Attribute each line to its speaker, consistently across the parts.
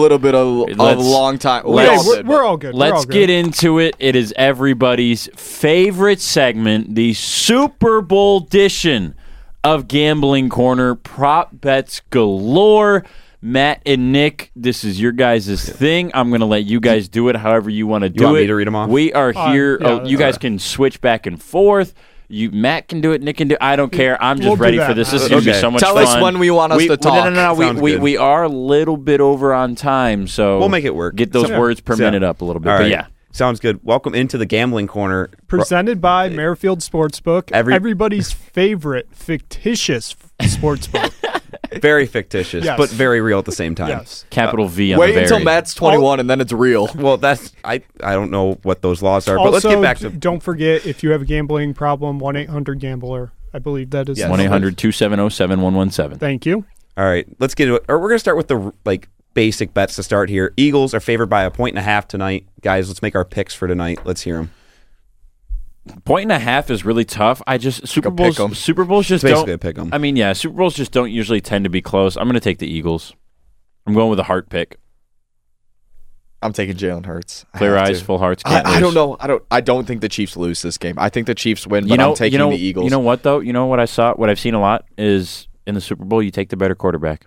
Speaker 1: little bit of, of
Speaker 2: Let's-
Speaker 1: long time. We
Speaker 2: let's-
Speaker 1: all
Speaker 2: we're-
Speaker 1: did,
Speaker 3: we're
Speaker 1: but-
Speaker 3: all good.
Speaker 2: Let's get into it. It is everybody's favorite segment, the Super Bowl edition of Gambling Corner. Prop bets galore. Matt and Nick, this is your guys' thing. I'm going to let you guys do it however you want to do
Speaker 4: want
Speaker 2: it.
Speaker 4: me to read 'em off?
Speaker 2: We are
Speaker 3: Uh,
Speaker 2: here.
Speaker 3: yeah,
Speaker 2: oh, you guys can switch back and forth. You Matt can do it. Nick can do. I don't care. I'm just
Speaker 3: We'll do
Speaker 2: ready
Speaker 3: that.
Speaker 2: for this. This is going to be
Speaker 4: Okay.
Speaker 2: so much
Speaker 1: Tell
Speaker 2: fun.
Speaker 1: us when we want us to
Speaker 2: No, no,
Speaker 1: talk.
Speaker 2: no. no
Speaker 4: Sounds
Speaker 2: we, we,
Speaker 4: good.
Speaker 2: we are a little bit over on time, so
Speaker 4: We'll make it work.
Speaker 2: Get those
Speaker 4: Yeah.
Speaker 2: words per
Speaker 4: So-
Speaker 2: minute up a little bit.
Speaker 4: All
Speaker 2: But
Speaker 4: right.
Speaker 2: yeah,
Speaker 4: Sounds good. Welcome into the gambling corner.
Speaker 3: presented by Merrifield Sportsbook,
Speaker 4: Every-
Speaker 3: everybody's favorite fictitious f- sportsbook.
Speaker 4: Very fictitious,
Speaker 3: Yes.
Speaker 4: but very real at the same time.
Speaker 3: yes.
Speaker 2: capital V. On
Speaker 1: Wait
Speaker 2: the
Speaker 1: until
Speaker 2: very-
Speaker 1: Matt's 21 and then it's real.
Speaker 4: Well, that's I. I don't know what those laws are, but
Speaker 3: also,
Speaker 4: let's get back to
Speaker 3: don't forget if you have a gambling problem, one eight hundred Gambler. I believe that is
Speaker 4: Yes.
Speaker 3: the
Speaker 2: 1-800-270-7117.
Speaker 3: Thank you.
Speaker 4: All right, let's get to it. Or we're gonna start with the like basic bets to start here. Eagles are favored by a point and a half tonight, guys. Let's make our picks for tonight. Let's hear them.
Speaker 2: Point and a half is really tough. I just Super
Speaker 1: a pick 'em.
Speaker 2: Bowls. Super Bowls just
Speaker 4: It's basically
Speaker 2: don't.
Speaker 4: a pick 'em.
Speaker 2: I mean, yeah, Super Bowls just don't usually tend to be close. I'm going to take the Eagles. I'm going with a heart pick.
Speaker 1: I'm taking Jalen Hurts. I
Speaker 2: Clear
Speaker 1: have
Speaker 2: eyes,
Speaker 1: to.
Speaker 2: full hearts. can't
Speaker 1: I, I don't
Speaker 2: lose.
Speaker 1: know. I don't. I don't think the Chiefs lose this game. I think the Chiefs win. But
Speaker 2: you know,
Speaker 1: I'm taking
Speaker 2: you know,
Speaker 1: the Eagles.
Speaker 2: You know what though? You know what I saw? What I've seen a lot is in the Super Bowl, you take the better quarterback.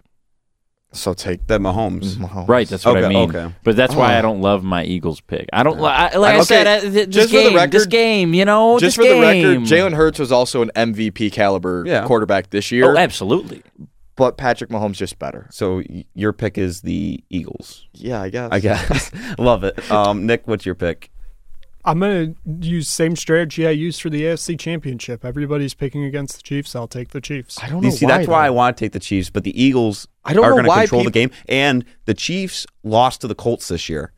Speaker 1: so take
Speaker 4: The Mahomes.
Speaker 3: Mm-hmm.
Speaker 1: Mahomes.
Speaker 2: Right, that's what I
Speaker 4: Okay,
Speaker 2: mean.
Speaker 4: okay.
Speaker 2: But that's why
Speaker 1: Oh.
Speaker 2: I don't love my Eagles pick. I don't li- I, like. I
Speaker 1: Okay,
Speaker 2: said, I, th- this
Speaker 1: just for the
Speaker 2: game, this
Speaker 1: record-
Speaker 2: game, you know,
Speaker 1: Just for
Speaker 2: this
Speaker 1: the record,
Speaker 2: game.
Speaker 1: Jalen Hurts was also an MVP caliber
Speaker 4: Yeah.
Speaker 1: quarterback this year,
Speaker 2: Oh, absolutely.
Speaker 1: but Patrick Mahomes just better.
Speaker 4: So y- your pick is the Eagles.
Speaker 1: Yeah, I guess.
Speaker 4: I guess. Love it. Um, Nick, what's your pick?
Speaker 3: I'm gonna use same strategy I used for the AFC Championship. Everybody's picking against the Chiefs. I'll take the Chiefs.
Speaker 1: I don't know.
Speaker 4: You see, that's why I
Speaker 1: though.
Speaker 4: want to take the Chiefs, but the Eagles
Speaker 1: I don't
Speaker 4: are
Speaker 1: know
Speaker 4: going to
Speaker 1: why
Speaker 4: control the game. And the Chiefs lost to the Colts this year,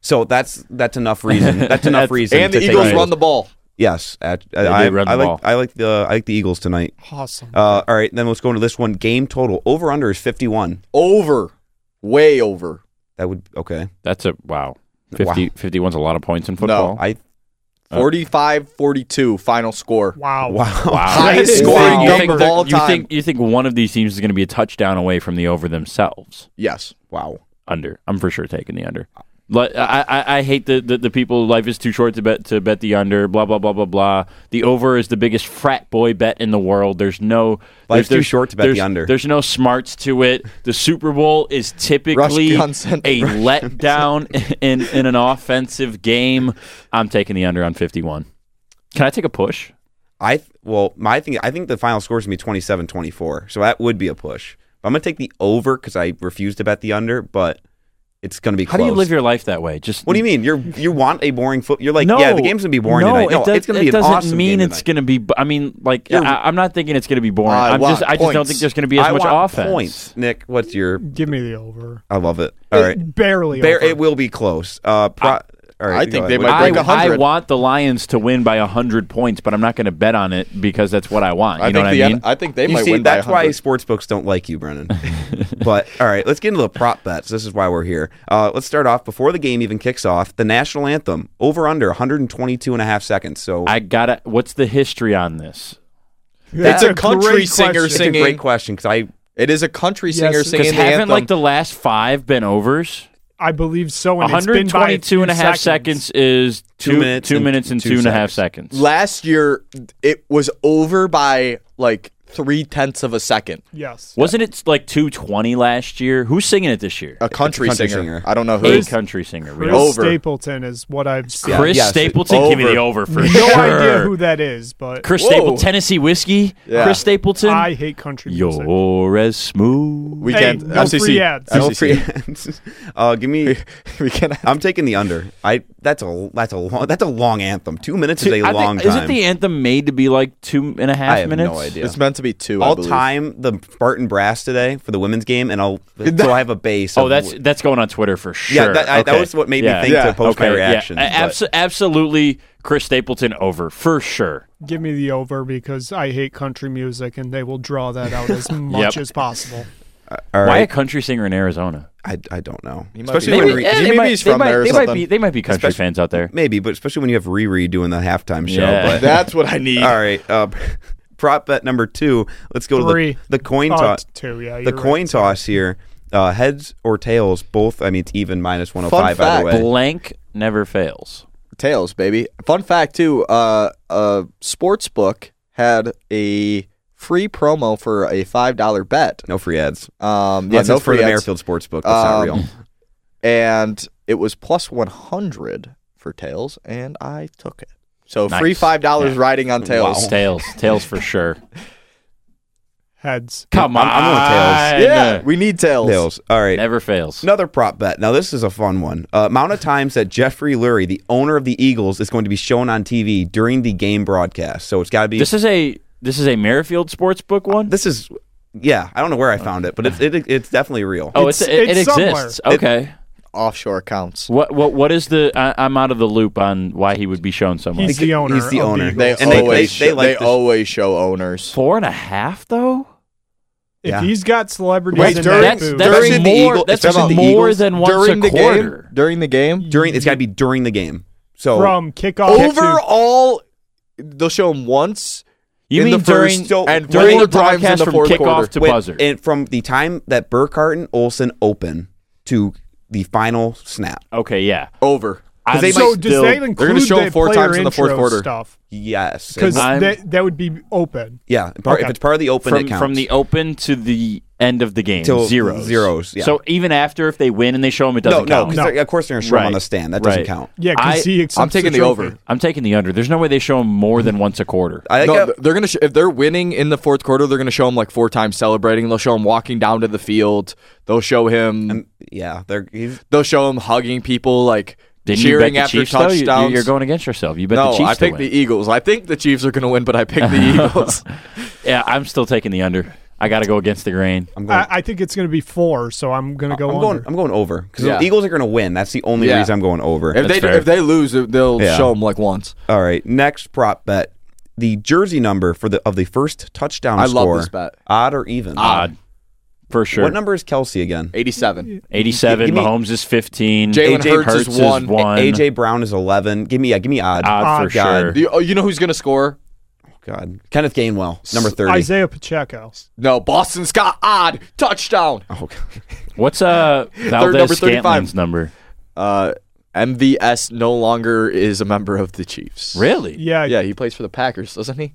Speaker 4: so that's that's enough reason. That's enough reason.
Speaker 1: And
Speaker 4: to
Speaker 1: the
Speaker 4: take
Speaker 1: Eagles run the ball.
Speaker 4: Yes, at, I,
Speaker 2: did
Speaker 4: I,
Speaker 2: run the
Speaker 4: I like
Speaker 2: ball.
Speaker 4: I like the I like the Eagles tonight.
Speaker 3: Awesome.
Speaker 4: Uh, all right, then let's go into this one. Game total over under is fifty one.
Speaker 1: Over, way over.
Speaker 4: That would okay.
Speaker 2: That's a wow. 50, 51's a lot of points in football.
Speaker 4: I
Speaker 2: Uh.
Speaker 1: 45-42 final score.
Speaker 3: wow.
Speaker 4: wow.
Speaker 1: Highest scoring
Speaker 3: Wow.
Speaker 2: You
Speaker 3: You
Speaker 1: game
Speaker 2: think,
Speaker 1: of
Speaker 2: that-
Speaker 1: all
Speaker 2: you
Speaker 1: time.
Speaker 2: think you think one of these teams is going to be a touchdown away from the over themselves?
Speaker 1: yes.
Speaker 4: Wow.
Speaker 2: Under. I'm for sure taking the under. Like, I, I, I hate the, the, the people. Life is too short to bet to bet the under. Blah blah blah blah blah. The over is the biggest frat boy bet in the world. There's no there's-
Speaker 4: Life's too
Speaker 2: there's-
Speaker 4: short to bet the
Speaker 2: there's-
Speaker 4: under.
Speaker 2: There's no smarts to it. The Super Bowl is typically a
Speaker 1: Johnson.
Speaker 2: letdown in in an offensive game. I'm taking the under on 51. Can I take a push?
Speaker 4: I th- well, my thing. I think the final score is gonna be 27-24, So that would be a push. I'm gonna take the over because I refuse to bet the under, but it's gonna be.
Speaker 2: How do
Speaker 4: close.
Speaker 2: you live your life that way? Just
Speaker 4: What do you mean? You're you want a boring foot? You're like, yeah, the game's gonna be boring
Speaker 2: no,
Speaker 4: tonight. No,
Speaker 2: it does,
Speaker 4: it's gonna be
Speaker 2: it
Speaker 4: an
Speaker 2: doesn't
Speaker 4: awesome
Speaker 2: mean
Speaker 4: game
Speaker 2: it's
Speaker 4: tonight.
Speaker 2: gonna be. b- I mean, like
Speaker 1: You're-
Speaker 2: I, am not thinking it's gonna be boring.
Speaker 1: I
Speaker 2: I'm just,
Speaker 1: want
Speaker 2: I just don't
Speaker 1: points.
Speaker 2: think there's gonna be as
Speaker 4: I
Speaker 2: much
Speaker 4: want
Speaker 2: offense.
Speaker 4: points. Nick, what's your?
Speaker 3: Give me the over.
Speaker 4: I love it. All right,
Speaker 3: Barely.
Speaker 4: Bear,
Speaker 3: over.
Speaker 4: it will be close. Uh, pro- all right,
Speaker 1: I
Speaker 4: go
Speaker 1: think
Speaker 4: ahead.
Speaker 1: they
Speaker 4: What-
Speaker 1: might
Speaker 2: I,
Speaker 1: break
Speaker 2: I
Speaker 1: 100.
Speaker 2: want the Lions to win by hundred points, but I'm not gonna bet on it because that's what I want. You
Speaker 1: I
Speaker 2: know
Speaker 1: think
Speaker 2: what
Speaker 1: the
Speaker 2: I mean?
Speaker 1: I think they
Speaker 4: You
Speaker 1: might
Speaker 4: see,
Speaker 1: win
Speaker 4: that's
Speaker 1: by
Speaker 4: why
Speaker 1: 100.
Speaker 4: sports books don't like you, Brennan. but all right, let's get into the prop bets. This is why we're here. Uh, let's start off before the game even kicks off. The national anthem over under 122 and a half seconds. So
Speaker 2: I gotta. What's the history on this?
Speaker 3: That's
Speaker 1: It's a country
Speaker 3: great
Speaker 1: singer
Speaker 3: question.
Speaker 4: it's a
Speaker 1: singing.
Speaker 4: great question because I
Speaker 1: It is a country singer
Speaker 3: Yes.
Speaker 1: singing
Speaker 2: Because
Speaker 1: the
Speaker 2: haven't
Speaker 1: anthem.
Speaker 2: like the last five been overs?
Speaker 3: I believe so. And it's been by a
Speaker 2: 122 and a
Speaker 3: few
Speaker 2: half seconds, is two,
Speaker 4: Two minutes
Speaker 2: two
Speaker 4: and
Speaker 2: minutes and
Speaker 4: two
Speaker 2: two and a half seconds.
Speaker 1: Last year, it was over by like three tenths of a second.
Speaker 3: Yes.
Speaker 2: Wasn't it like 220 last year? Who's singing it this year?
Speaker 1: A country,
Speaker 4: country
Speaker 1: singer.
Speaker 4: singer.
Speaker 1: I don't know who.
Speaker 2: A country singer. We
Speaker 3: Chris
Speaker 2: don't-
Speaker 1: Over.
Speaker 3: Stapleton is what I've seen.
Speaker 2: Chris
Speaker 4: yes,
Speaker 2: Stapleton, give me
Speaker 1: over.
Speaker 2: the over for
Speaker 3: no
Speaker 2: sure.
Speaker 3: idea who that is, but
Speaker 2: Chris
Speaker 1: Whoa.
Speaker 2: Stapleton, Tennessee whiskey.
Speaker 1: Yeah.
Speaker 2: Chris Stapleton.
Speaker 3: I hate country music.
Speaker 2: You're as smooth.
Speaker 1: We
Speaker 3: Hey,
Speaker 1: can't. uh,
Speaker 3: no
Speaker 1: FCC.
Speaker 3: free ads.
Speaker 4: no
Speaker 1: FCC.
Speaker 4: free- uh, give me.
Speaker 1: we can't.
Speaker 4: I'm taking the under. I that's a that's a long that's a long anthem. Two minutes is a
Speaker 2: I
Speaker 4: long
Speaker 2: think,
Speaker 4: time.
Speaker 2: Isn't the anthem made to be like two and a half
Speaker 4: I have
Speaker 2: minutes?
Speaker 4: no idea.
Speaker 1: It's meant to be two. I
Speaker 4: I'll
Speaker 1: believe.
Speaker 4: time the Barton Brass today for the women's game, and I'll so I have a base.
Speaker 2: Oh,
Speaker 4: of-
Speaker 2: that's that's going on Twitter for sure.
Speaker 4: yeah. That, I, that
Speaker 2: Okay.
Speaker 4: was what made
Speaker 2: Yeah.
Speaker 4: me think
Speaker 1: Yeah.
Speaker 4: to post my
Speaker 2: Okay, yeah.
Speaker 4: reaction.
Speaker 2: A-
Speaker 4: but-
Speaker 2: abso- absolutely, Chris Stapleton over for sure.
Speaker 3: Give me the over because I hate country music, and they will draw that out as
Speaker 2: Yep.
Speaker 3: much as possible.
Speaker 4: All
Speaker 2: Why
Speaker 4: right.
Speaker 2: a country singer in Arizona?
Speaker 4: I, I don't know.
Speaker 1: He might
Speaker 4: Especially
Speaker 1: be-
Speaker 4: when
Speaker 1: Maybe-
Speaker 4: re-
Speaker 1: yeah.
Speaker 2: they
Speaker 1: maybe
Speaker 2: might-
Speaker 1: he's
Speaker 2: they
Speaker 1: from
Speaker 2: might-
Speaker 1: there or
Speaker 2: they might
Speaker 1: something.
Speaker 2: be they might be country
Speaker 4: Especially-
Speaker 2: fans out there.
Speaker 4: maybe, but especially when you have Riri doing the halftime show.
Speaker 2: Yeah.
Speaker 4: But
Speaker 1: That's what I need.
Speaker 4: all right, uh, prop bet number two. Let's go
Speaker 3: Three.
Speaker 4: to the, the coin
Speaker 3: Oh,
Speaker 4: toss.
Speaker 3: it's two, yeah,
Speaker 4: the
Speaker 3: you're
Speaker 4: coin
Speaker 3: right.
Speaker 4: toss here. Uh, heads or tails, both. I mean, it's even minus one hundred five
Speaker 1: Fun
Speaker 4: either
Speaker 1: fact.
Speaker 4: way.
Speaker 2: Blank never fails.
Speaker 1: Tails, baby. Fun fact too, uh a sports book had a free promo for a five dollar bet.
Speaker 4: No free ads.
Speaker 1: Um yeah,
Speaker 4: Unless
Speaker 1: no
Speaker 4: it's for
Speaker 1: free
Speaker 4: the
Speaker 1: ads.
Speaker 4: Merrifield Sportsbook. That's not
Speaker 1: Um,
Speaker 4: real.
Speaker 1: and it was plus 100 for tails and i took it so
Speaker 2: Nice.
Speaker 1: free five dollars
Speaker 2: Yeah.
Speaker 1: riding on tails
Speaker 2: Tails. Tails for sure.
Speaker 3: Heads.
Speaker 2: Come on.
Speaker 4: I'm- I'm going
Speaker 2: on
Speaker 1: yeah we need tails,
Speaker 4: Tails. All right.
Speaker 2: Never fails.
Speaker 4: Another prop bet. Now this is a fun one. Uh, amount of times that Jeffrey Lurie, the owner of the Eagles, is going to be shown on TV during the game broadcast. So it's got to be.
Speaker 2: This is a this is a Merrifield Sportsbook one.
Speaker 4: this is. Yeah, I don't know where I found it, but it's it, it's definitely real.
Speaker 2: oh, it's,
Speaker 3: It's-
Speaker 2: it,
Speaker 3: it's
Speaker 2: it
Speaker 3: somewhere.
Speaker 2: exists. Okay.
Speaker 1: offshore accounts
Speaker 2: what what what is the? I, I'm out of the loop on why he would be shown somewhere.
Speaker 3: He's the owner.
Speaker 4: he's the
Speaker 3: of
Speaker 4: owner.
Speaker 3: Eagles.
Speaker 1: they
Speaker 4: And they-
Speaker 1: always
Speaker 4: they- they
Speaker 1: show,
Speaker 4: like
Speaker 1: they
Speaker 4: to-
Speaker 1: always show owners
Speaker 2: Four and a half though.
Speaker 3: if
Speaker 4: Yeah.
Speaker 3: he's got celebrities
Speaker 1: Wait,
Speaker 3: in
Speaker 1: during-
Speaker 3: that
Speaker 2: That's
Speaker 3: booth,
Speaker 2: that's
Speaker 1: During the
Speaker 2: more.
Speaker 4: Eagle-
Speaker 2: that's
Speaker 4: it's about the
Speaker 2: more
Speaker 4: Eagles.
Speaker 2: than once
Speaker 1: during
Speaker 2: a
Speaker 1: the game
Speaker 2: quarter.
Speaker 1: during the game
Speaker 4: during it's got to be during the game. So
Speaker 3: from kickoff to
Speaker 1: overall they'll show them once
Speaker 2: You
Speaker 1: in
Speaker 2: mean
Speaker 1: the
Speaker 2: during
Speaker 1: first so-
Speaker 2: and
Speaker 1: during
Speaker 2: during the
Speaker 1: the times in
Speaker 2: broadcast
Speaker 1: the
Speaker 2: from
Speaker 1: fourth
Speaker 2: kickoff
Speaker 1: quarter.
Speaker 2: to
Speaker 4: Wait,
Speaker 2: buzzer?
Speaker 4: and from the time that Burkhart and Olson open to the final snap.
Speaker 2: okay, yeah.
Speaker 1: over
Speaker 2: I'm
Speaker 4: they
Speaker 3: so
Speaker 2: still-
Speaker 3: does that
Speaker 1: they're
Speaker 3: include
Speaker 1: gonna show
Speaker 3: the
Speaker 1: him four
Speaker 3: player
Speaker 1: times in the fourth
Speaker 3: intro
Speaker 1: quarter.
Speaker 3: stuff?
Speaker 4: Yes,
Speaker 3: Because
Speaker 4: It's-
Speaker 2: I'm-
Speaker 3: that, that would be open.
Speaker 4: yeah, part, if
Speaker 3: Okay.
Speaker 4: it's part of the open, it
Speaker 2: from,
Speaker 4: counts.
Speaker 2: from the open to the end of the game,
Speaker 4: Till
Speaker 2: zeros.
Speaker 4: zeros, yeah.
Speaker 2: So even after if they win and they show them, it
Speaker 4: no,
Speaker 2: doesn't
Speaker 4: no,
Speaker 2: count.
Speaker 4: because of course they're gonna show 'em on
Speaker 2: Right.
Speaker 4: the stand. That doesn't
Speaker 2: Right.
Speaker 4: count.
Speaker 3: Yeah,
Speaker 2: I-
Speaker 3: because he accepts
Speaker 1: i'm taking the,
Speaker 3: trophy.
Speaker 1: over
Speaker 2: I'm taking the under. There's no way they show them more than once a quarter.
Speaker 4: I think
Speaker 1: no,
Speaker 4: I-
Speaker 1: th- they're gonna sh- if they're winning in the fourth quarter, they're gonna show him like four times celebrating. They'll show him walking down to the field. They'll show him.
Speaker 4: yeah, they're he's,
Speaker 1: they'll show him hugging people, like
Speaker 2: Didn't you bet
Speaker 1: cheering
Speaker 2: the
Speaker 1: after
Speaker 2: Chiefs, though? You-
Speaker 1: touchdowns.
Speaker 2: you- You're going against yourself. You bet
Speaker 1: no,
Speaker 2: the Chiefs
Speaker 1: I
Speaker 2: to
Speaker 1: picked
Speaker 2: win.
Speaker 1: the Eagles. I think the Chiefs are going to win, but I picked the Eagles.
Speaker 2: yeah, I'm still taking the under. I got to go against the grain.
Speaker 4: I'm going.
Speaker 3: I, I think it's going to be four, so I'm going to go
Speaker 4: I'm
Speaker 3: under.
Speaker 4: going. I'm going over because
Speaker 1: Yeah.
Speaker 4: the Eagles are going to win. That's the only
Speaker 1: Yeah.
Speaker 4: reason I'm going over.
Speaker 1: if they
Speaker 2: fair.
Speaker 1: if they lose, they'll
Speaker 4: Yeah.
Speaker 1: show him like once.
Speaker 4: All right, next prop bet: the jersey number for the of the first touchdown.
Speaker 1: I love
Speaker 4: score,
Speaker 1: this bet. Ah,
Speaker 4: Odd or even?
Speaker 2: Odd. For sure.
Speaker 4: What number is Kelsey again?
Speaker 1: Eighty-seven.
Speaker 2: 87.
Speaker 4: Give me-
Speaker 2: Mahomes is 15.
Speaker 1: Jalen
Speaker 2: AJ
Speaker 1: Hurts is one.
Speaker 4: AJ Brown is 11. Give me yeah. Give me odd.
Speaker 2: Odd for
Speaker 4: God.
Speaker 2: sure.
Speaker 1: You, oh, you know who's going to score?
Speaker 4: God. Kenneth Gainwell, number 30.
Speaker 3: Isaiah Pacheco.
Speaker 1: No, Boston Scott. Odd touchdown.
Speaker 4: Oh, God.
Speaker 2: What's uh Valdez
Speaker 1: number, 35.
Speaker 2: Scantlin's number?
Speaker 1: Uh, MVS no longer is a member of the Chiefs.
Speaker 2: Really?
Speaker 3: Yeah,
Speaker 1: Yeah, he plays for the Packers, doesn't he?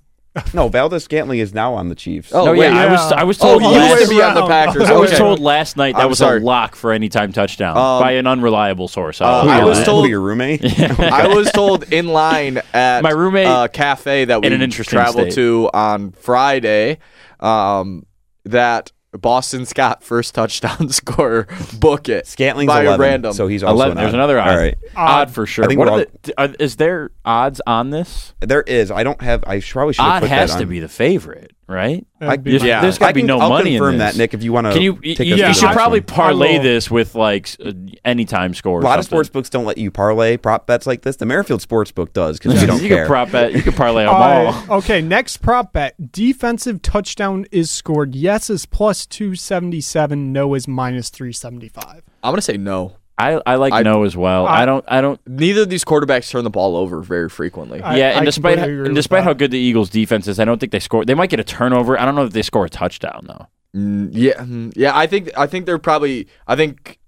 Speaker 4: No, Valdez Scantling is now on the Chiefs.
Speaker 1: Oh,
Speaker 2: No, yeah,
Speaker 1: wait.
Speaker 2: I was
Speaker 3: Yeah.
Speaker 2: I was
Speaker 1: Oh,
Speaker 2: told
Speaker 1: he
Speaker 2: last
Speaker 1: used to be on the
Speaker 3: round.
Speaker 1: Packers.
Speaker 2: I was
Speaker 1: Okay.
Speaker 2: told last night that
Speaker 1: I'm
Speaker 2: was
Speaker 1: sorry.
Speaker 2: a lock for any time touchdown
Speaker 1: Um,
Speaker 2: by an unreliable source. I don't
Speaker 1: uh,
Speaker 2: know
Speaker 1: I
Speaker 2: who
Speaker 1: was
Speaker 2: that.
Speaker 1: told-
Speaker 4: Who, your roommate.
Speaker 1: I was told in line at
Speaker 2: My roommate-
Speaker 1: uh, cafe that we
Speaker 2: In an interesting
Speaker 1: traveled
Speaker 2: state.
Speaker 1: to on Friday um, that Boston Scott first touchdown scorer book it
Speaker 4: Scantling's
Speaker 1: by
Speaker 4: 11,
Speaker 1: a random.
Speaker 4: so he's also
Speaker 2: 11.
Speaker 4: an
Speaker 2: There's
Speaker 4: odd.
Speaker 2: another odd.
Speaker 4: All right,
Speaker 2: Odd for sure.
Speaker 4: I think
Speaker 2: What
Speaker 4: we're
Speaker 2: are
Speaker 4: all-
Speaker 2: the, are, is there odds on this?
Speaker 4: there is. I don't have. I sh- probably should have
Speaker 2: Odd
Speaker 4: put
Speaker 2: has
Speaker 4: that
Speaker 2: to
Speaker 4: on.
Speaker 2: be the favorite, right?
Speaker 3: that'd be
Speaker 2: There's,
Speaker 3: my-
Speaker 1: Yeah.
Speaker 2: there's got
Speaker 4: I
Speaker 2: to be
Speaker 4: can-
Speaker 2: no
Speaker 4: I'll
Speaker 2: money
Speaker 4: confirm
Speaker 2: in this.
Speaker 4: that, Nick. If you want to,
Speaker 2: Can you? You,
Speaker 4: Oh, Take us
Speaker 2: you
Speaker 4: through
Speaker 2: should
Speaker 4: this
Speaker 2: probably
Speaker 4: one.
Speaker 2: parlay
Speaker 3: will.
Speaker 2: this with like s- uh, any time score.
Speaker 4: A lot of sports books don't let you parlay prop bets like this. The Merrifield sports book does because we
Speaker 2: You
Speaker 4: don't care.
Speaker 2: can prop bet. You can parlay them all.
Speaker 3: Uh, okay, next prop bet. Defensive touchdown is scored. Yes is plus 277. No is minus 375.
Speaker 1: I'm gonna say no.
Speaker 2: I, I like
Speaker 1: I-
Speaker 2: no as well. I, don't. I don't.
Speaker 1: Neither of these quarterbacks turn the ball over very frequently.
Speaker 3: I-
Speaker 2: yeah, and despite
Speaker 3: completely agree
Speaker 2: and
Speaker 3: with
Speaker 2: despite
Speaker 3: that.
Speaker 2: how good the Eagles defense is, I don't think they score. They might get a turnover. I don't know if they score a touchdown though.
Speaker 1: Mm, yeah, mm, yeah. I think I think they're probably. I think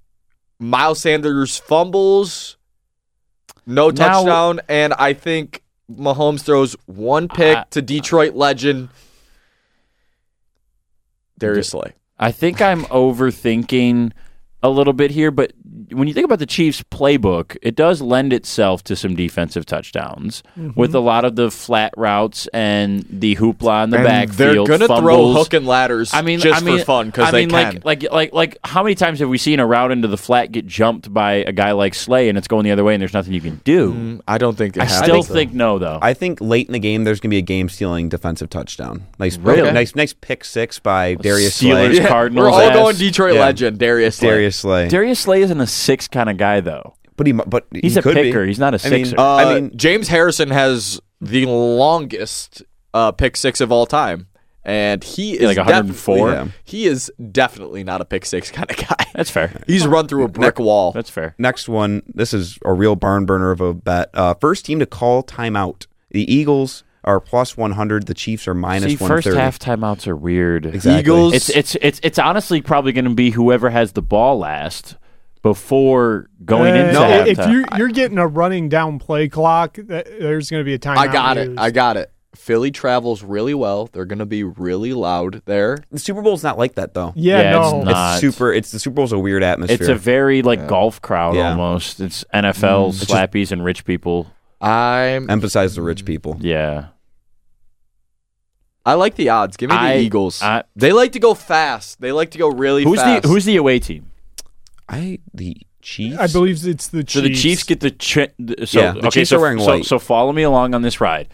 Speaker 1: Miles Sanders fumbles, no
Speaker 2: Now-
Speaker 1: touchdown, and I think Mahomes throws one pick
Speaker 2: I-
Speaker 1: to Detroit legend Darius Slay.
Speaker 2: I think I'm overthinking a little bit here, but when you think about the Chiefs' playbook, it does lend itself to some defensive touchdowns
Speaker 3: Mm-hmm.
Speaker 2: with a lot of the flat routes and the hoopla in the
Speaker 1: And
Speaker 2: backfield.
Speaker 1: They're gonna throw
Speaker 2: fumbles.
Speaker 1: hook and ladders.
Speaker 2: I mean,
Speaker 1: just
Speaker 2: I mean,
Speaker 1: for fun because
Speaker 2: I
Speaker 1: they
Speaker 2: mean,
Speaker 1: can.
Speaker 2: Like, like, like, like, how many times have we seen a route into the flat get jumped by a guy like Slay and it's going the other way and there's nothing you can do?
Speaker 1: Mm, I don't think it
Speaker 2: I
Speaker 1: happens,
Speaker 2: still
Speaker 1: though.
Speaker 2: think no, though.
Speaker 4: I think late in the game there's going to be a game stealing defensive touchdown. Nice,
Speaker 2: Really?
Speaker 4: nice, nice pick six by Darius
Speaker 2: Steelers.
Speaker 4: Slay.
Speaker 1: Yeah,
Speaker 2: Cardinals
Speaker 1: We're all
Speaker 2: ass.
Speaker 1: going Detroit
Speaker 4: Yeah.
Speaker 1: legend Darius Slay.
Speaker 4: Darius Slay,
Speaker 2: Darius Slay isn't a six kind of guy, though.
Speaker 4: but he, mu- but
Speaker 2: He's
Speaker 4: he
Speaker 2: a
Speaker 4: could be.
Speaker 2: picker. He's not a
Speaker 4: I mean,
Speaker 2: sixer.
Speaker 1: Uh,
Speaker 4: I mean,
Speaker 1: James Harrison has the longest uh, pick six of all time, and he is
Speaker 2: like 104?
Speaker 1: definitely- He is definitely not a pick six kind of guy.
Speaker 2: That's fair.
Speaker 1: He's run through a brick wall.
Speaker 2: That's fair.
Speaker 4: Next one. This is a real barn burner of a bet. Uh, first team to call timeout. The Eagles are plus 100. The Chiefs are minus
Speaker 2: See,
Speaker 4: 130.
Speaker 2: first half timeouts are weird.
Speaker 4: Exactly.
Speaker 1: Eagles.
Speaker 2: It's it's it's it's honestly probably going to be whoever has the ball last before going
Speaker 3: Uh,
Speaker 2: into
Speaker 3: no,
Speaker 2: halftime.
Speaker 3: if you you're getting a running down play clock, th- there's going to be a timeout.
Speaker 1: I got it.
Speaker 3: used.
Speaker 1: I got it. Philly travels really well. They're going to be really loud there.
Speaker 4: The Super Bowl's not like that, though.
Speaker 3: yeah,
Speaker 2: Yeah,
Speaker 3: no.
Speaker 2: it's not.
Speaker 4: It's super. It's the Super Bowl's a weird atmosphere.
Speaker 2: It's a very like golf crowd
Speaker 4: Yeah.
Speaker 2: almost. It's NFL slappies and rich people.
Speaker 1: I'm.
Speaker 4: emphasize the rich people.
Speaker 2: Yeah,
Speaker 1: I like the odds. Give me the
Speaker 2: I-
Speaker 1: Eagles.
Speaker 2: I-
Speaker 1: they like to go fast. They like to go really
Speaker 2: who's
Speaker 1: fast.
Speaker 2: the who's the away team?
Speaker 4: I the Chiefs.
Speaker 3: I believe it's the Chiefs.
Speaker 2: So the Chiefs get the chi- th- so
Speaker 4: Yeah, the
Speaker 2: okay.
Speaker 4: Chiefs
Speaker 2: so,
Speaker 4: are wearing
Speaker 2: so-
Speaker 4: white.
Speaker 2: so follow me along on this ride.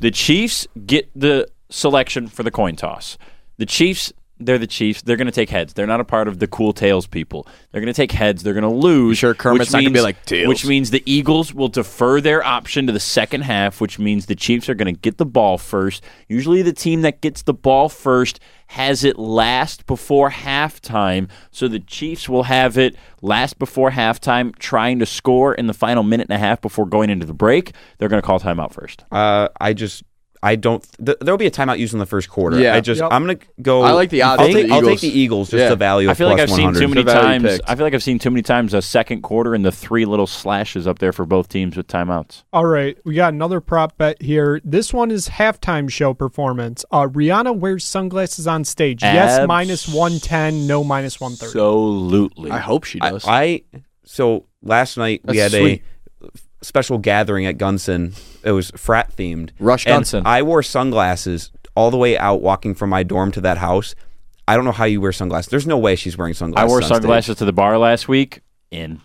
Speaker 2: The Chiefs get the selection for the coin toss. The Chiefs, they're the Chiefs. They're going to take heads. They're not a part of the cool tails people. They're going to take heads. They're going to lose.
Speaker 1: sure Kermit's
Speaker 2: which
Speaker 1: not gonna be
Speaker 2: means-
Speaker 1: like, "Tails"?
Speaker 2: Which means the Eagles will defer their option to the second half, which means the Chiefs are going to get the ball first. Usually, the team that gets the ball first has it last before halftime. So the Chiefs will have it last before halftime, trying to score in the final minute and a half before going into the break. They're going to call timeout first.
Speaker 4: Uh, I just. I don't. Th- there'll be a timeout used in the first quarter.
Speaker 1: Yeah.
Speaker 4: I just.
Speaker 3: Yep.
Speaker 4: I'm gonna go.
Speaker 1: I like the odds
Speaker 4: I'll,
Speaker 1: on
Speaker 4: take,
Speaker 1: the
Speaker 4: I'll take
Speaker 1: Eagles.
Speaker 4: the Eagles. Just
Speaker 1: Yeah.
Speaker 4: the value.
Speaker 2: I
Speaker 4: of
Speaker 2: feel like
Speaker 4: plus
Speaker 2: I've seen
Speaker 4: 100.
Speaker 2: too many
Speaker 1: The value
Speaker 2: times.
Speaker 1: picked.
Speaker 2: I feel like I've seen too many times a second quarter and the three little slashes up there for both teams with timeouts.
Speaker 3: All right, we got another prop bet here. This one is halftime show performance. Uh, Rihanna wears sunglasses on stage. yes,
Speaker 2: Abs-
Speaker 3: minus one ten. No, minus one thirty.
Speaker 2: Absolutely.
Speaker 1: I hope she does.
Speaker 4: I, I so last night we had
Speaker 1: That's sweet.
Speaker 4: a special gathering at Gunson. It was frat themed.
Speaker 1: Rush
Speaker 4: And
Speaker 1: Gunson.
Speaker 4: I wore sunglasses all the way out walking from my dorm to that house. I don't know how you wear sunglasses. There's no way she's wearing
Speaker 2: I
Speaker 4: sunglasses.
Speaker 2: wore
Speaker 4: on stage.
Speaker 2: sunglasses to the bar last week. In.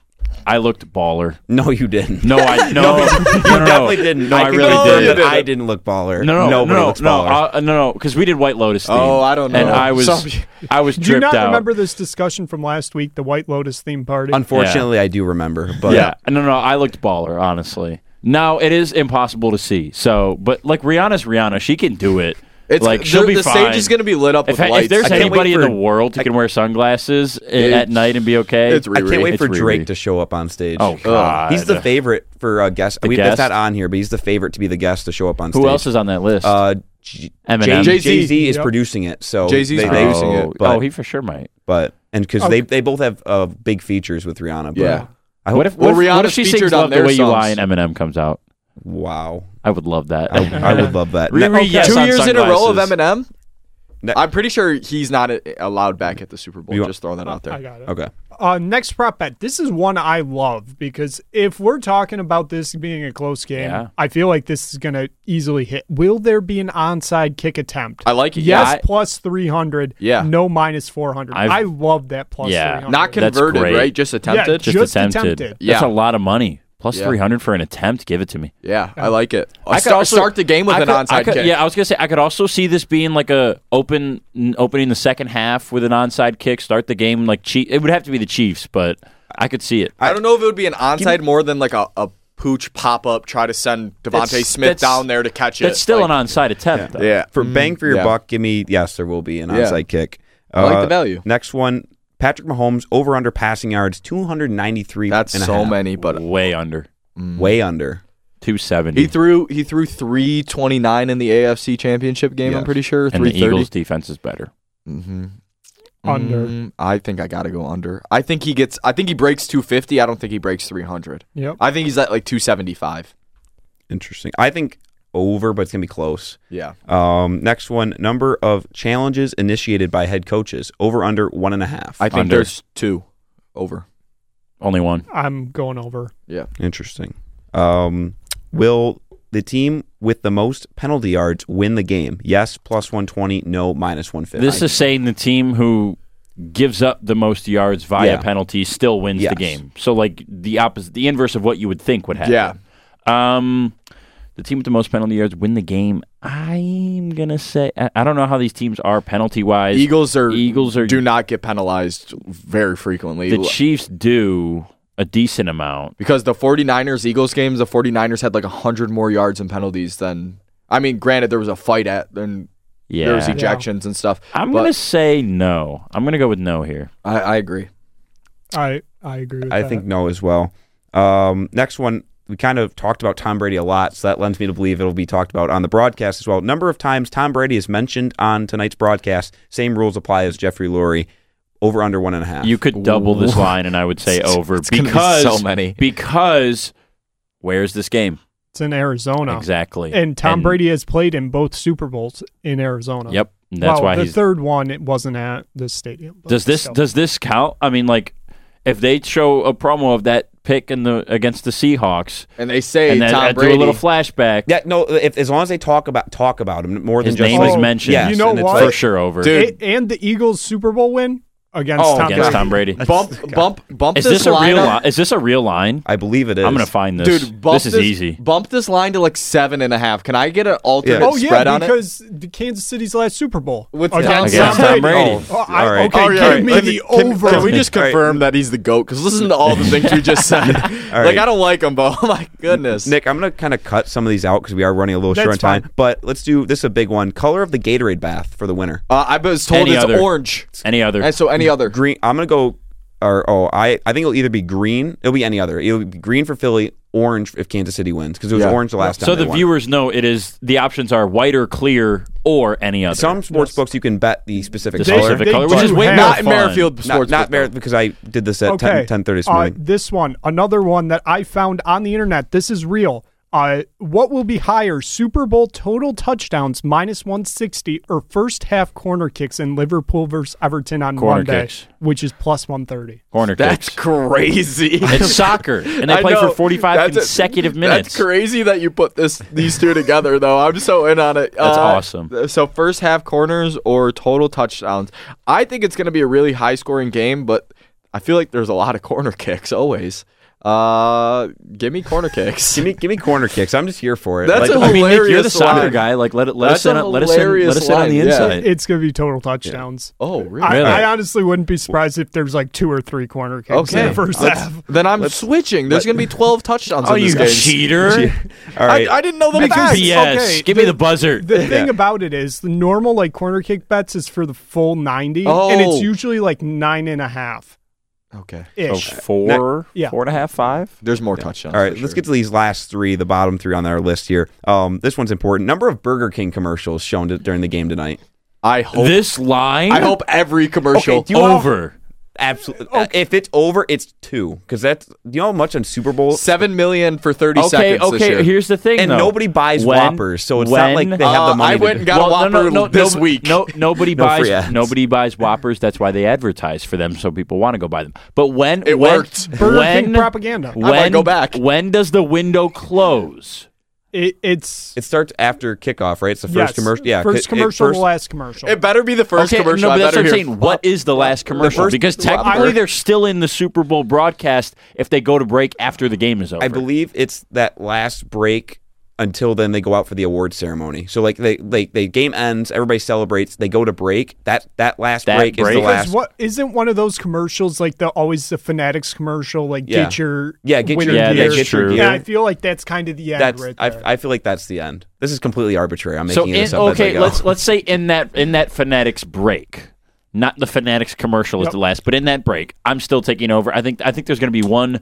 Speaker 2: I looked baller.
Speaker 4: No, you didn't.
Speaker 2: No, I no, no, no, no.
Speaker 4: definitely didn't.
Speaker 2: No, I,
Speaker 4: can
Speaker 2: really
Speaker 4: confirm
Speaker 2: did.
Speaker 4: that I didn't look baller.
Speaker 2: No, no,
Speaker 4: Nobody
Speaker 2: no,
Speaker 4: looks
Speaker 2: no,
Speaker 4: baller.
Speaker 2: uh, no, no, because we did White Lotus. Theme,
Speaker 1: Oh, I don't
Speaker 2: And
Speaker 1: know.
Speaker 2: I was,
Speaker 1: Some-
Speaker 2: I was
Speaker 3: Do you
Speaker 2: dripped
Speaker 3: not
Speaker 2: out.
Speaker 3: remember this discussion from last week, the White Lotus theme party?
Speaker 4: Unfortunately, I do remember. But
Speaker 2: yeah, no, no, I looked baller. Honestly, no, it is impossible to see. So, but like Rihanna's Rihanna, she can do it.
Speaker 1: it's
Speaker 2: like
Speaker 1: the-
Speaker 2: she'll be
Speaker 1: the
Speaker 2: fine.
Speaker 1: stage is going to be lit up
Speaker 2: if,
Speaker 1: with lights.
Speaker 2: if there's
Speaker 4: I can't wait
Speaker 2: anybody in
Speaker 4: for-
Speaker 2: the world who can wear sunglasses i- at
Speaker 1: It's-
Speaker 2: night and be okay,
Speaker 1: it's
Speaker 4: I can't
Speaker 1: Riri.
Speaker 4: wait for
Speaker 2: It's Riri.
Speaker 4: Drake to show up on stage.
Speaker 2: Oh God,
Speaker 4: He's the favorite for uh, guest. we, That's
Speaker 2: guest?
Speaker 4: not on here, but he's the favorite to be the guest to show up on stage.
Speaker 2: Who else is on that list?
Speaker 4: Uh, J-
Speaker 2: Eminem.
Speaker 4: Jay
Speaker 1: Jay-Z.
Speaker 4: Z is
Speaker 3: Yep.
Speaker 4: producing it. So
Speaker 1: Jay-Z's
Speaker 4: they-
Speaker 2: oh,
Speaker 4: they-
Speaker 1: producing it,
Speaker 4: but-
Speaker 2: oh, he for sure might.
Speaker 4: But and because
Speaker 3: Oh.
Speaker 4: they they both have uh, big features with Rihanna. But
Speaker 1: Yeah.
Speaker 4: I hope,
Speaker 2: What if,
Speaker 1: Well,
Speaker 2: what if, what if
Speaker 1: Rihanna's
Speaker 2: she sings
Speaker 1: featured on
Speaker 2: Love the
Speaker 1: their
Speaker 2: Way You Lie and
Speaker 1: songs.
Speaker 2: Eminem comes out?
Speaker 4: Wow.
Speaker 2: I would love that.
Speaker 4: I, I would love that.
Speaker 2: Riri,
Speaker 4: Ne-
Speaker 2: yes,
Speaker 1: two
Speaker 2: on
Speaker 1: years in a row of
Speaker 2: sunglasses.
Speaker 1: Eminem.
Speaker 4: Ne-
Speaker 1: I'm pretty sure he's not a- allowed back at the Super Bowl.
Speaker 4: You want-
Speaker 1: Just throwing
Speaker 2: Oh,
Speaker 1: that out there.
Speaker 3: I got it.
Speaker 4: Okay.
Speaker 3: Uh, next prop bet. This is one I love because if we're talking about this being a close game,
Speaker 2: Yeah.
Speaker 3: I feel like this is going to easily hit. Will there be an onside kick attempt?
Speaker 1: I like it.
Speaker 3: yes,
Speaker 1: Yeah, I-
Speaker 3: plus 300.
Speaker 1: Yeah.
Speaker 3: No, minus 400.
Speaker 2: I've-
Speaker 3: I love that plus
Speaker 2: Yeah.
Speaker 3: 300.
Speaker 1: not
Speaker 2: That's
Speaker 1: converted,
Speaker 2: great.
Speaker 1: right? Just attempted.
Speaker 3: ju-
Speaker 2: just,
Speaker 3: Just
Speaker 2: attempted.
Speaker 3: attempted.
Speaker 2: That's
Speaker 1: Yeah.
Speaker 2: a lot of money. Plus
Speaker 1: Yeah.
Speaker 2: 300 for an attempt. Give it to me.
Speaker 1: yeah, I like it. I
Speaker 2: could
Speaker 1: start,
Speaker 2: also-
Speaker 1: start the game with
Speaker 2: I
Speaker 1: an
Speaker 2: could-
Speaker 1: onside
Speaker 2: I could-
Speaker 1: kick.
Speaker 2: Yeah, I was gonna say I could also see this being like a open n- opening the second half with an onside kick. Start the game like Chief. It would have to be the Chiefs, but I could see it.
Speaker 1: I don't know if it would be an onside more than like a, a pooch pop up. Try to send Devontae
Speaker 2: That's-
Speaker 1: Smith
Speaker 2: that's-
Speaker 1: down there to catch it.
Speaker 2: That's still
Speaker 1: Like,
Speaker 2: an onside attempt. though.
Speaker 1: Yeah,
Speaker 4: For bang for your
Speaker 1: Mm, yeah.
Speaker 4: buck, give me yes. There will be an
Speaker 1: Yeah.
Speaker 4: onside kick. Uh,
Speaker 1: I like the value.
Speaker 4: Next one, Patrick Mahomes over under passing yards two hundred ninety three.
Speaker 1: that's so many, but
Speaker 2: way under
Speaker 4: Way under.
Speaker 2: 270.
Speaker 1: He threw he threw three twenty nine in the AFC Championship game.
Speaker 4: Yes.
Speaker 1: I'm pretty sure
Speaker 2: and
Speaker 1: three
Speaker 2: the
Speaker 1: thirty.
Speaker 2: Eagles defense is better.
Speaker 1: Mm-hmm.
Speaker 3: Under.
Speaker 4: Mm.
Speaker 1: Mm, I think I gotta go under. I think he gets. I think he breaks two fifty. I don't think he breaks three hundred.
Speaker 3: Yep.
Speaker 1: I think he's at like two seventy five.
Speaker 4: Interesting. I think over, but it's gonna be close.
Speaker 1: Yeah.
Speaker 4: Um, next one, number of challenges initiated by head coaches over under one and a half.
Speaker 1: I think
Speaker 2: Under.
Speaker 1: there's two over.
Speaker 2: Only one.
Speaker 3: I'm going over.
Speaker 1: Yeah.
Speaker 4: Interesting. Um, will the team with the most penalty yards win the game? Yes, plus one twenty. No, minus one fifty.
Speaker 2: This is saying the team who gives up the most yards via
Speaker 4: Yeah.
Speaker 2: penalties still wins
Speaker 4: Yes.
Speaker 2: the game. So like the opposite, the inverse of what you would think would happen.
Speaker 1: Yeah.
Speaker 2: Um, the team with the most penalty yards win the game. I'm gonna say I, I don't know how these teams are penalty wise.
Speaker 1: Eagles are
Speaker 2: Eagles are
Speaker 1: do not get penalized very frequently.
Speaker 2: the Chiefs do a decent amount.
Speaker 1: because the 49ers Eagles games, the 49ers had like 100 more yards and penalties than. I mean, granted, there was a fight at, and
Speaker 2: Yeah,
Speaker 1: there was ejections and stuff.
Speaker 2: I'm
Speaker 1: but
Speaker 2: gonna say no. I'm gonna go with no here.
Speaker 1: I, I agree.
Speaker 3: I, I agree with
Speaker 4: I
Speaker 3: that.
Speaker 4: think no as well. Um, next one, we kind of talked about Tom Brady a lot, so that lends me to believe it'll be talked about on the broadcast as well. Number of times Tom Brady is mentioned on tonight's broadcast. Same rules apply as Jeffrey Lurie. Over under one and a half.
Speaker 2: You could double this line, and I would say over
Speaker 1: It's gonna be
Speaker 2: because
Speaker 1: so many.
Speaker 2: Because where's this game
Speaker 3: It's in Arizona.
Speaker 2: exactly?
Speaker 3: Oh, And Tom Brady has played in both Super Bowls in Arizona.
Speaker 2: Yep, that's
Speaker 3: well,
Speaker 2: why
Speaker 3: the
Speaker 2: he's.
Speaker 3: third one it wasn't at the stadium. but
Speaker 2: does this
Speaker 3: still.
Speaker 2: does this count? I mean, like if they show a promo of that pick in the against the Seahawks,
Speaker 1: And they say
Speaker 2: and then
Speaker 1: Tom
Speaker 2: I do
Speaker 1: Brady.
Speaker 2: a little flashback,
Speaker 4: yeah, no. If, as long as they talk about talk about him more
Speaker 2: his
Speaker 4: than just
Speaker 2: name
Speaker 4: like
Speaker 2: is
Speaker 3: Oh,
Speaker 2: mentioned.
Speaker 4: yes,
Speaker 3: You know
Speaker 4: and it's
Speaker 3: what?
Speaker 2: for
Speaker 4: like-
Speaker 2: sure over
Speaker 1: Dude.
Speaker 3: A- and the Eagles Super Bowl win against
Speaker 4: Oh,
Speaker 3: Tom
Speaker 2: against
Speaker 3: Brady.
Speaker 2: Tom Brady.
Speaker 1: bump, bump, bump.
Speaker 2: Is this a
Speaker 1: line
Speaker 2: real?
Speaker 1: up-
Speaker 2: Li- is this a real line?
Speaker 4: I believe it is.
Speaker 2: I'm gonna find this.
Speaker 1: Dude, bump
Speaker 2: this is easy.
Speaker 1: Bump this line to like seven and a half. Can I get an alternate
Speaker 4: Yeah.
Speaker 3: Oh yeah,
Speaker 1: spread on it?
Speaker 3: because the Kansas City's last Super Bowl
Speaker 1: With
Speaker 3: against
Speaker 2: Tom
Speaker 3: Tom Brady.
Speaker 2: Brady.
Speaker 3: Oh, I-
Speaker 4: All right.
Speaker 3: Okay,
Speaker 1: Oh, yeah,
Speaker 3: give
Speaker 1: all right.
Speaker 3: me
Speaker 1: Let
Speaker 3: the
Speaker 1: Can-
Speaker 3: over.
Speaker 1: Can we just
Speaker 4: All right.
Speaker 1: confirm that he's the goat? Because listen to all the things you just said. Like
Speaker 4: right.
Speaker 1: I don't like him, but oh my goodness.
Speaker 4: Nick, I'm gonna kind of cut some of these out because we are running a little short on
Speaker 3: That's
Speaker 4: time.
Speaker 3: fine.
Speaker 4: But let's do this is a big one. Color of the Gatorade bath for the winner.
Speaker 1: uh, I was told
Speaker 2: Any
Speaker 1: it's
Speaker 2: other.
Speaker 1: orange.
Speaker 2: Any other?
Speaker 1: And so any other.
Speaker 4: Green. I'm gonna go. Or oh, I I think it'll either be green. It'll be any other. It'll be green for Philly, orange if Kansas City wins because it was
Speaker 1: Yeah.
Speaker 4: orange the last time.
Speaker 2: So
Speaker 4: they
Speaker 2: the
Speaker 4: won.
Speaker 2: viewers know it is the options are white or clear or any other.
Speaker 4: Some sports books you can bet the specific
Speaker 2: The
Speaker 3: They-
Speaker 4: color.
Speaker 2: specific
Speaker 3: they
Speaker 2: color, which
Speaker 3: do
Speaker 2: is way
Speaker 3: have-
Speaker 2: more
Speaker 1: Not in
Speaker 2: fun.
Speaker 1: Merrifield
Speaker 4: not
Speaker 1: Sports.
Speaker 4: not merit because I did this at
Speaker 3: okay.
Speaker 4: 10 10 30 this
Speaker 3: Uh,
Speaker 4: morning.
Speaker 3: this one, another one that I found on the internet. This is real. Uh, what will be higher, Super Bowl total touchdowns minus 160 or first half corner kicks in Liverpool versus Everton on
Speaker 2: Corner
Speaker 3: Monday,
Speaker 2: kicks.
Speaker 3: which is plus 130?
Speaker 2: corner
Speaker 1: That's
Speaker 2: kicks.
Speaker 1: crazy.
Speaker 2: It's soccer, and they
Speaker 1: I
Speaker 2: play
Speaker 1: know.
Speaker 2: for 45
Speaker 1: That's a-
Speaker 2: consecutive minutes.
Speaker 1: That's crazy that you put this these two together, though. I'm so in on it. Uh,
Speaker 2: That's awesome.
Speaker 1: So first half corners or total touchdowns. I think it's going to be a really high scoring game, but I feel like there's a lot of corner kicks always. Uh, give me corner kicks.
Speaker 4: give me give me corner kicks. I'm just here for it.
Speaker 1: That's
Speaker 4: Like,
Speaker 1: a
Speaker 2: I mean, Nick, you're the
Speaker 1: Hilarious
Speaker 2: soccer
Speaker 1: line.
Speaker 2: guy. Like, let it let us
Speaker 1: That's a
Speaker 2: in. on- Let us in.
Speaker 1: hilarious
Speaker 2: Let us in on the
Speaker 1: line, yeah.
Speaker 2: inside.
Speaker 3: It's going to be total touchdowns.
Speaker 1: oh, really?
Speaker 3: I,
Speaker 2: Really?
Speaker 3: I honestly wouldn't be surprised if there's like two or three corner kicks in
Speaker 1: okay.
Speaker 3: the first
Speaker 1: Let's-
Speaker 3: half.
Speaker 1: Then I'm switching. There's going to be 12 touchdowns
Speaker 2: Oh,
Speaker 1: in
Speaker 2: you
Speaker 1: this game.
Speaker 2: cheater!
Speaker 4: all right.
Speaker 1: I, I didn't know the facts.
Speaker 2: BS.
Speaker 3: okay,
Speaker 2: Give me the buzzer.
Speaker 3: The thing about it is the normal like corner kick bets is for the full 90 and
Speaker 1: Oh.
Speaker 3: it's usually like nine and a half
Speaker 1: Okay.
Speaker 3: ish.
Speaker 2: four,
Speaker 3: Yeah.
Speaker 2: four and a half, five.
Speaker 1: There's more touchdowns.
Speaker 4: All right,
Speaker 1: for
Speaker 4: let's
Speaker 1: sure.
Speaker 4: get to these last three, the bottom three on our list here. Um, this one's important. Number of Burger King commercials shown to, during the game tonight.
Speaker 1: I hope.
Speaker 2: This line
Speaker 1: Oh. I hope every commercial.
Speaker 4: Okay, do you wanna-
Speaker 2: over.
Speaker 4: Absolutely. if it's over, it's two because that's do you know how much on Super Bowl
Speaker 1: Seven million for thirty
Speaker 2: Okay,
Speaker 1: seconds. this year.
Speaker 2: okay. Here's the thing,
Speaker 4: and
Speaker 2: though.
Speaker 4: nobody buys
Speaker 2: When-
Speaker 4: Whoppers, so it's not like
Speaker 2: when-
Speaker 4: they have
Speaker 1: Uh,
Speaker 4: the money.
Speaker 1: I
Speaker 4: to
Speaker 1: went
Speaker 4: do-
Speaker 1: and got a Whopper this
Speaker 2: no,
Speaker 1: week.
Speaker 2: No, nobody
Speaker 4: No
Speaker 2: buys
Speaker 4: free ads.
Speaker 2: nobody buys Whoppers. That's why they advertise for them, so people want to go buy them. But when
Speaker 1: It
Speaker 2: when,
Speaker 1: worked.
Speaker 3: Burger
Speaker 2: when,
Speaker 3: King propaganda.
Speaker 1: might
Speaker 2: When
Speaker 1: go back.
Speaker 2: When does the window close?
Speaker 3: It, it's
Speaker 4: It starts after kickoff, right? It's the first
Speaker 3: yes,
Speaker 4: commercial. Yeah,
Speaker 3: first
Speaker 4: it- it
Speaker 3: commercial,
Speaker 4: first-
Speaker 3: last commercial.
Speaker 1: It better be the first
Speaker 2: okay,
Speaker 1: commercial.
Speaker 2: no, but
Speaker 1: I
Speaker 2: that's
Speaker 1: better
Speaker 2: what I'm
Speaker 1: hear.
Speaker 2: saying. What is the last commercial?
Speaker 4: first-
Speaker 2: because technically they're still in the Super Bowl broadcast if they go to break after the game is over.
Speaker 4: I believe it's that last break until then they go out for the award ceremony. So like they like the game ends, everybody celebrates, they go to break. That that last
Speaker 2: That
Speaker 4: break, is
Speaker 2: break?
Speaker 4: the
Speaker 3: because
Speaker 4: last.
Speaker 3: what isn't one of those commercials like the always the fanatics commercial like
Speaker 4: Yeah.
Speaker 3: get your
Speaker 4: yeah, get
Speaker 3: winner
Speaker 4: your
Speaker 2: Yeah,
Speaker 3: gear.
Speaker 4: yeah, get your
Speaker 2: true.
Speaker 4: gear.
Speaker 3: Yeah, I feel like that's kind of the end
Speaker 4: that's
Speaker 3: right there.
Speaker 4: I, I feel like that's the end. This is completely arbitrary. I'm making
Speaker 2: so
Speaker 4: this
Speaker 2: in,
Speaker 4: up. as I
Speaker 2: okay,
Speaker 4: go.
Speaker 2: let's let's say in that in that Fanatics break, not the Fanatics commercial is the last, but in that break, I'm still taking over. I think I think there's going to be one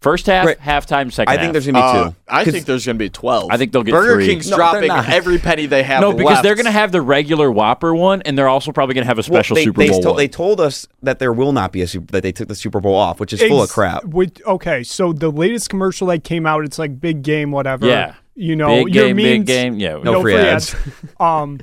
Speaker 2: first half,
Speaker 4: Right.
Speaker 2: halftime, second.
Speaker 4: I think
Speaker 2: half.
Speaker 4: there's gonna be
Speaker 1: Uh,
Speaker 4: two.
Speaker 1: I
Speaker 4: 'Cause
Speaker 1: think there's going to be twelve.
Speaker 2: I think they'll get
Speaker 1: Burger
Speaker 2: three.
Speaker 1: King's
Speaker 4: No, they're
Speaker 1: dropping
Speaker 4: not.
Speaker 1: every penny they have.
Speaker 2: no because they're
Speaker 1: left.
Speaker 2: going to have the regular Whopper one, and they're also probably going to have a
Speaker 4: well,
Speaker 2: special
Speaker 4: they,
Speaker 2: Super
Speaker 4: they
Speaker 2: Bowl one.
Speaker 4: told- they told us that there will not be a super, that they took the Super Bowl off, which is full of
Speaker 3: Ex-
Speaker 4: crap.
Speaker 3: With, okay, so the latest commercial that came out, it's like big game, whatever.
Speaker 2: Yeah.
Speaker 3: you know,
Speaker 2: big
Speaker 3: your
Speaker 2: game, big
Speaker 3: means-
Speaker 2: game. Yeah,
Speaker 4: No free ads.
Speaker 3: um,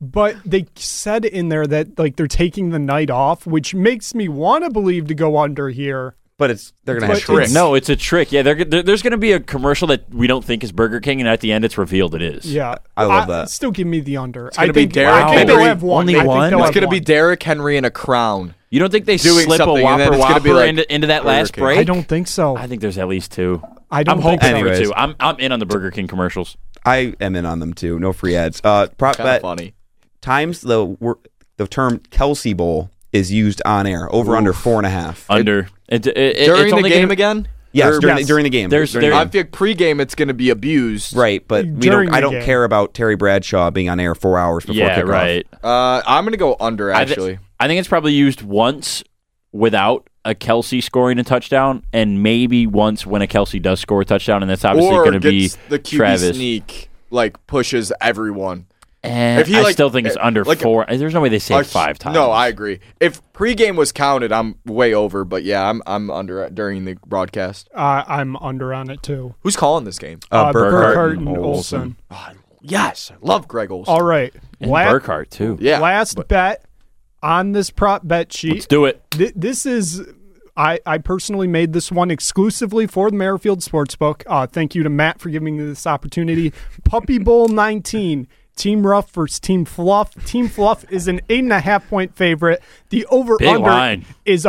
Speaker 3: but they said in there that like they're taking the night off, which makes me want to believe to go under here.
Speaker 4: But it's they're gonna
Speaker 3: But
Speaker 4: have two.
Speaker 1: it's-
Speaker 2: No, it's a trick. Yeah, they're, they there's going to be a commercial that we don't think is Burger King, and at the end, it's revealed it is.
Speaker 3: Yeah,
Speaker 4: I love that.
Speaker 3: Still give me the under. I
Speaker 1: gonna be
Speaker 3: think
Speaker 1: Derrick
Speaker 3: I think
Speaker 1: Henry.
Speaker 3: they'll have one.
Speaker 2: Only
Speaker 3: I think
Speaker 2: one?
Speaker 3: they'll
Speaker 2: It's
Speaker 1: It's
Speaker 3: have
Speaker 1: going to be
Speaker 3: one.
Speaker 1: Derrick Henry in a crown.
Speaker 2: You don't think they
Speaker 1: Doing
Speaker 2: slip a
Speaker 1: something, and then
Speaker 2: Whopper
Speaker 1: it's gonna be
Speaker 2: Whopper
Speaker 1: like
Speaker 2: into, into that last
Speaker 1: King.
Speaker 2: break?
Speaker 3: I don't think so.
Speaker 2: I think there's at least two.
Speaker 3: I don't
Speaker 2: I'm
Speaker 3: think
Speaker 2: hoping
Speaker 3: so.
Speaker 2: for
Speaker 4: Anyways.
Speaker 2: two. I'm I'm in on the Burger King commercials.
Speaker 4: I am in on them too. No free ads. Uh, prop
Speaker 1: Kind of
Speaker 4: bet
Speaker 1: funny.
Speaker 4: times the wor- the term Kelsey Bowl is used on air over under four and a half.
Speaker 2: Under it, it, it,
Speaker 1: During
Speaker 2: it's
Speaker 1: the
Speaker 2: only
Speaker 1: game
Speaker 2: gonna-
Speaker 1: again.
Speaker 4: Yes,
Speaker 1: Or-
Speaker 4: during,
Speaker 3: Yes.
Speaker 4: The, during the game.
Speaker 2: There's-
Speaker 4: during the
Speaker 2: there-
Speaker 1: I
Speaker 4: game.
Speaker 1: feel pregame it's going to be abused.
Speaker 4: right, but we
Speaker 3: During
Speaker 4: don't, I
Speaker 3: the
Speaker 4: don't
Speaker 3: game.
Speaker 4: care about Terry Bradshaw being on air four hours before
Speaker 2: Yeah,
Speaker 4: kickoff.
Speaker 2: right.
Speaker 1: Uh, I'm going to go under
Speaker 2: I thi-
Speaker 1: actually.
Speaker 2: I think it's probably used once without a Kelsey scoring a touchdown, and maybe once when a Kelsey does score a touchdown, and that's obviously
Speaker 1: or
Speaker 2: going to be
Speaker 1: gets the QB
Speaker 2: Travis.
Speaker 1: sneak like pushes everyone.
Speaker 2: And
Speaker 1: If he,
Speaker 2: I
Speaker 1: like-
Speaker 2: still think it's
Speaker 1: eh,
Speaker 2: under
Speaker 1: like-
Speaker 2: four. There's no way they say
Speaker 1: A-
Speaker 2: five times.
Speaker 1: No, I agree. If pregame was counted, I'm way over. But yeah, I'm I'm under it during the broadcast.
Speaker 3: Uh, I'm under on it too.
Speaker 1: Who's calling this game?
Speaker 3: Uh,
Speaker 4: Burkhardt
Speaker 3: Burkhardt
Speaker 4: and
Speaker 3: and
Speaker 4: Olsen.
Speaker 3: Olsen.
Speaker 2: Uh,
Speaker 1: Yes, I love Greg Olson.
Speaker 3: All right.
Speaker 2: and
Speaker 3: La-
Speaker 2: Burkhardt too.
Speaker 1: yeah,
Speaker 3: last bet on this prop bet
Speaker 2: Let's
Speaker 3: sheet.
Speaker 2: do it.
Speaker 3: Th- this is. I, I personally made this one exclusively for the Merrifield Sportsbook. Uh, thank you to Matt for giving me this opportunity. Puppy Bowl 19, Team Rough versus Team Fluff. Team Fluff is an eight and a half point favorite. The over
Speaker 2: Big
Speaker 3: under
Speaker 2: line.
Speaker 3: is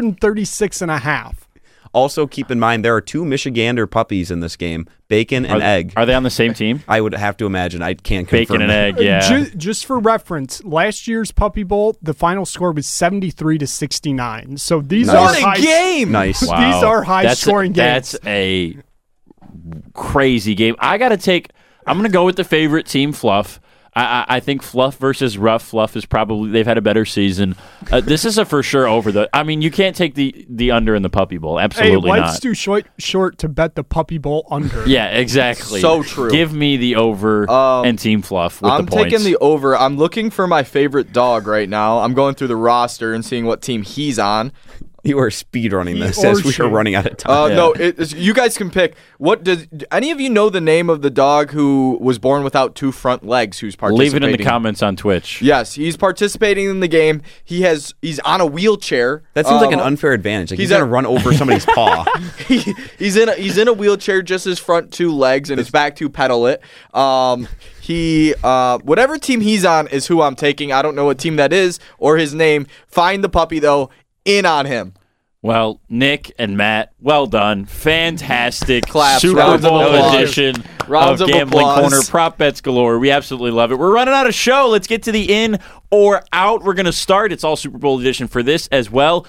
Speaker 3: 136 and a half.
Speaker 4: Also, keep in mind there are two Michigander puppies in this game: bacon and egg.
Speaker 2: Are they on the same team?
Speaker 4: I would have to imagine. I can't confirm.
Speaker 2: Bacon and egg. Uh, Yeah.
Speaker 3: Ju- Just, for reference, last year's Puppy Bowl, the final score was 73 to 69. So these
Speaker 1: what
Speaker 3: are
Speaker 1: a
Speaker 3: high,
Speaker 1: game!
Speaker 4: Nice.
Speaker 3: Wow. These are high
Speaker 2: That's-
Speaker 3: scoring games.
Speaker 2: That's a crazy game. I got to take. I'm going to go with the favorite team, Fluff. I, I, I think Fluff versus Rough. Fluff is probably they've had a better season. Uh, this is a for sure over the. I mean, you can't take the the under in the Puppy Bowl.
Speaker 3: Hey,
Speaker 2: Absolutely
Speaker 3: life's
Speaker 2: not.
Speaker 3: too short, short to bet the Puppy Bowl under.
Speaker 2: yeah, exactly.
Speaker 1: So true.
Speaker 2: Give me the over
Speaker 1: Um,
Speaker 2: and team Fluff with
Speaker 1: I'm
Speaker 2: the points.
Speaker 1: taking the over. I'm looking for my favorite dog right now. I'm going through the roster and seeing what team he's on.
Speaker 4: You are speed running
Speaker 3: He
Speaker 4: this
Speaker 3: or
Speaker 4: as we
Speaker 3: she.
Speaker 4: are running out of time.
Speaker 1: Uh, No, it, it's- you guys can pick. What does do any of you know the name of the dog who was born without two front legs? Who's
Speaker 2: Leave
Speaker 1: participating?
Speaker 2: it in the comments on Twitch.
Speaker 1: Yes, he's participating in the game. He has. He's on a wheelchair.
Speaker 4: that seems like an
Speaker 1: Um,
Speaker 4: unfair advantage. Like he's,
Speaker 1: he's
Speaker 4: gonna
Speaker 1: a-
Speaker 4: run over somebody's paw.
Speaker 1: he, he's in a, he's in a wheelchair, just his front two legs and his back two pedal it. Um, he uh, whatever team he's on is who I'm taking. I don't know what team that is or his name. Find the puppy though. In on him.
Speaker 2: Well, Nick and Matt, well done. Fantastic
Speaker 1: Claps.
Speaker 2: Super
Speaker 1: Rounds of
Speaker 2: Bowl
Speaker 1: applause.
Speaker 2: edition
Speaker 1: Rounds
Speaker 2: of
Speaker 1: of
Speaker 2: Gambling
Speaker 1: applause.
Speaker 2: Corner Prop Bets Galore. We absolutely love it. We're running out of show. Let's get to the in or out. We're going to start. It's all Super Bowl edition for this as well.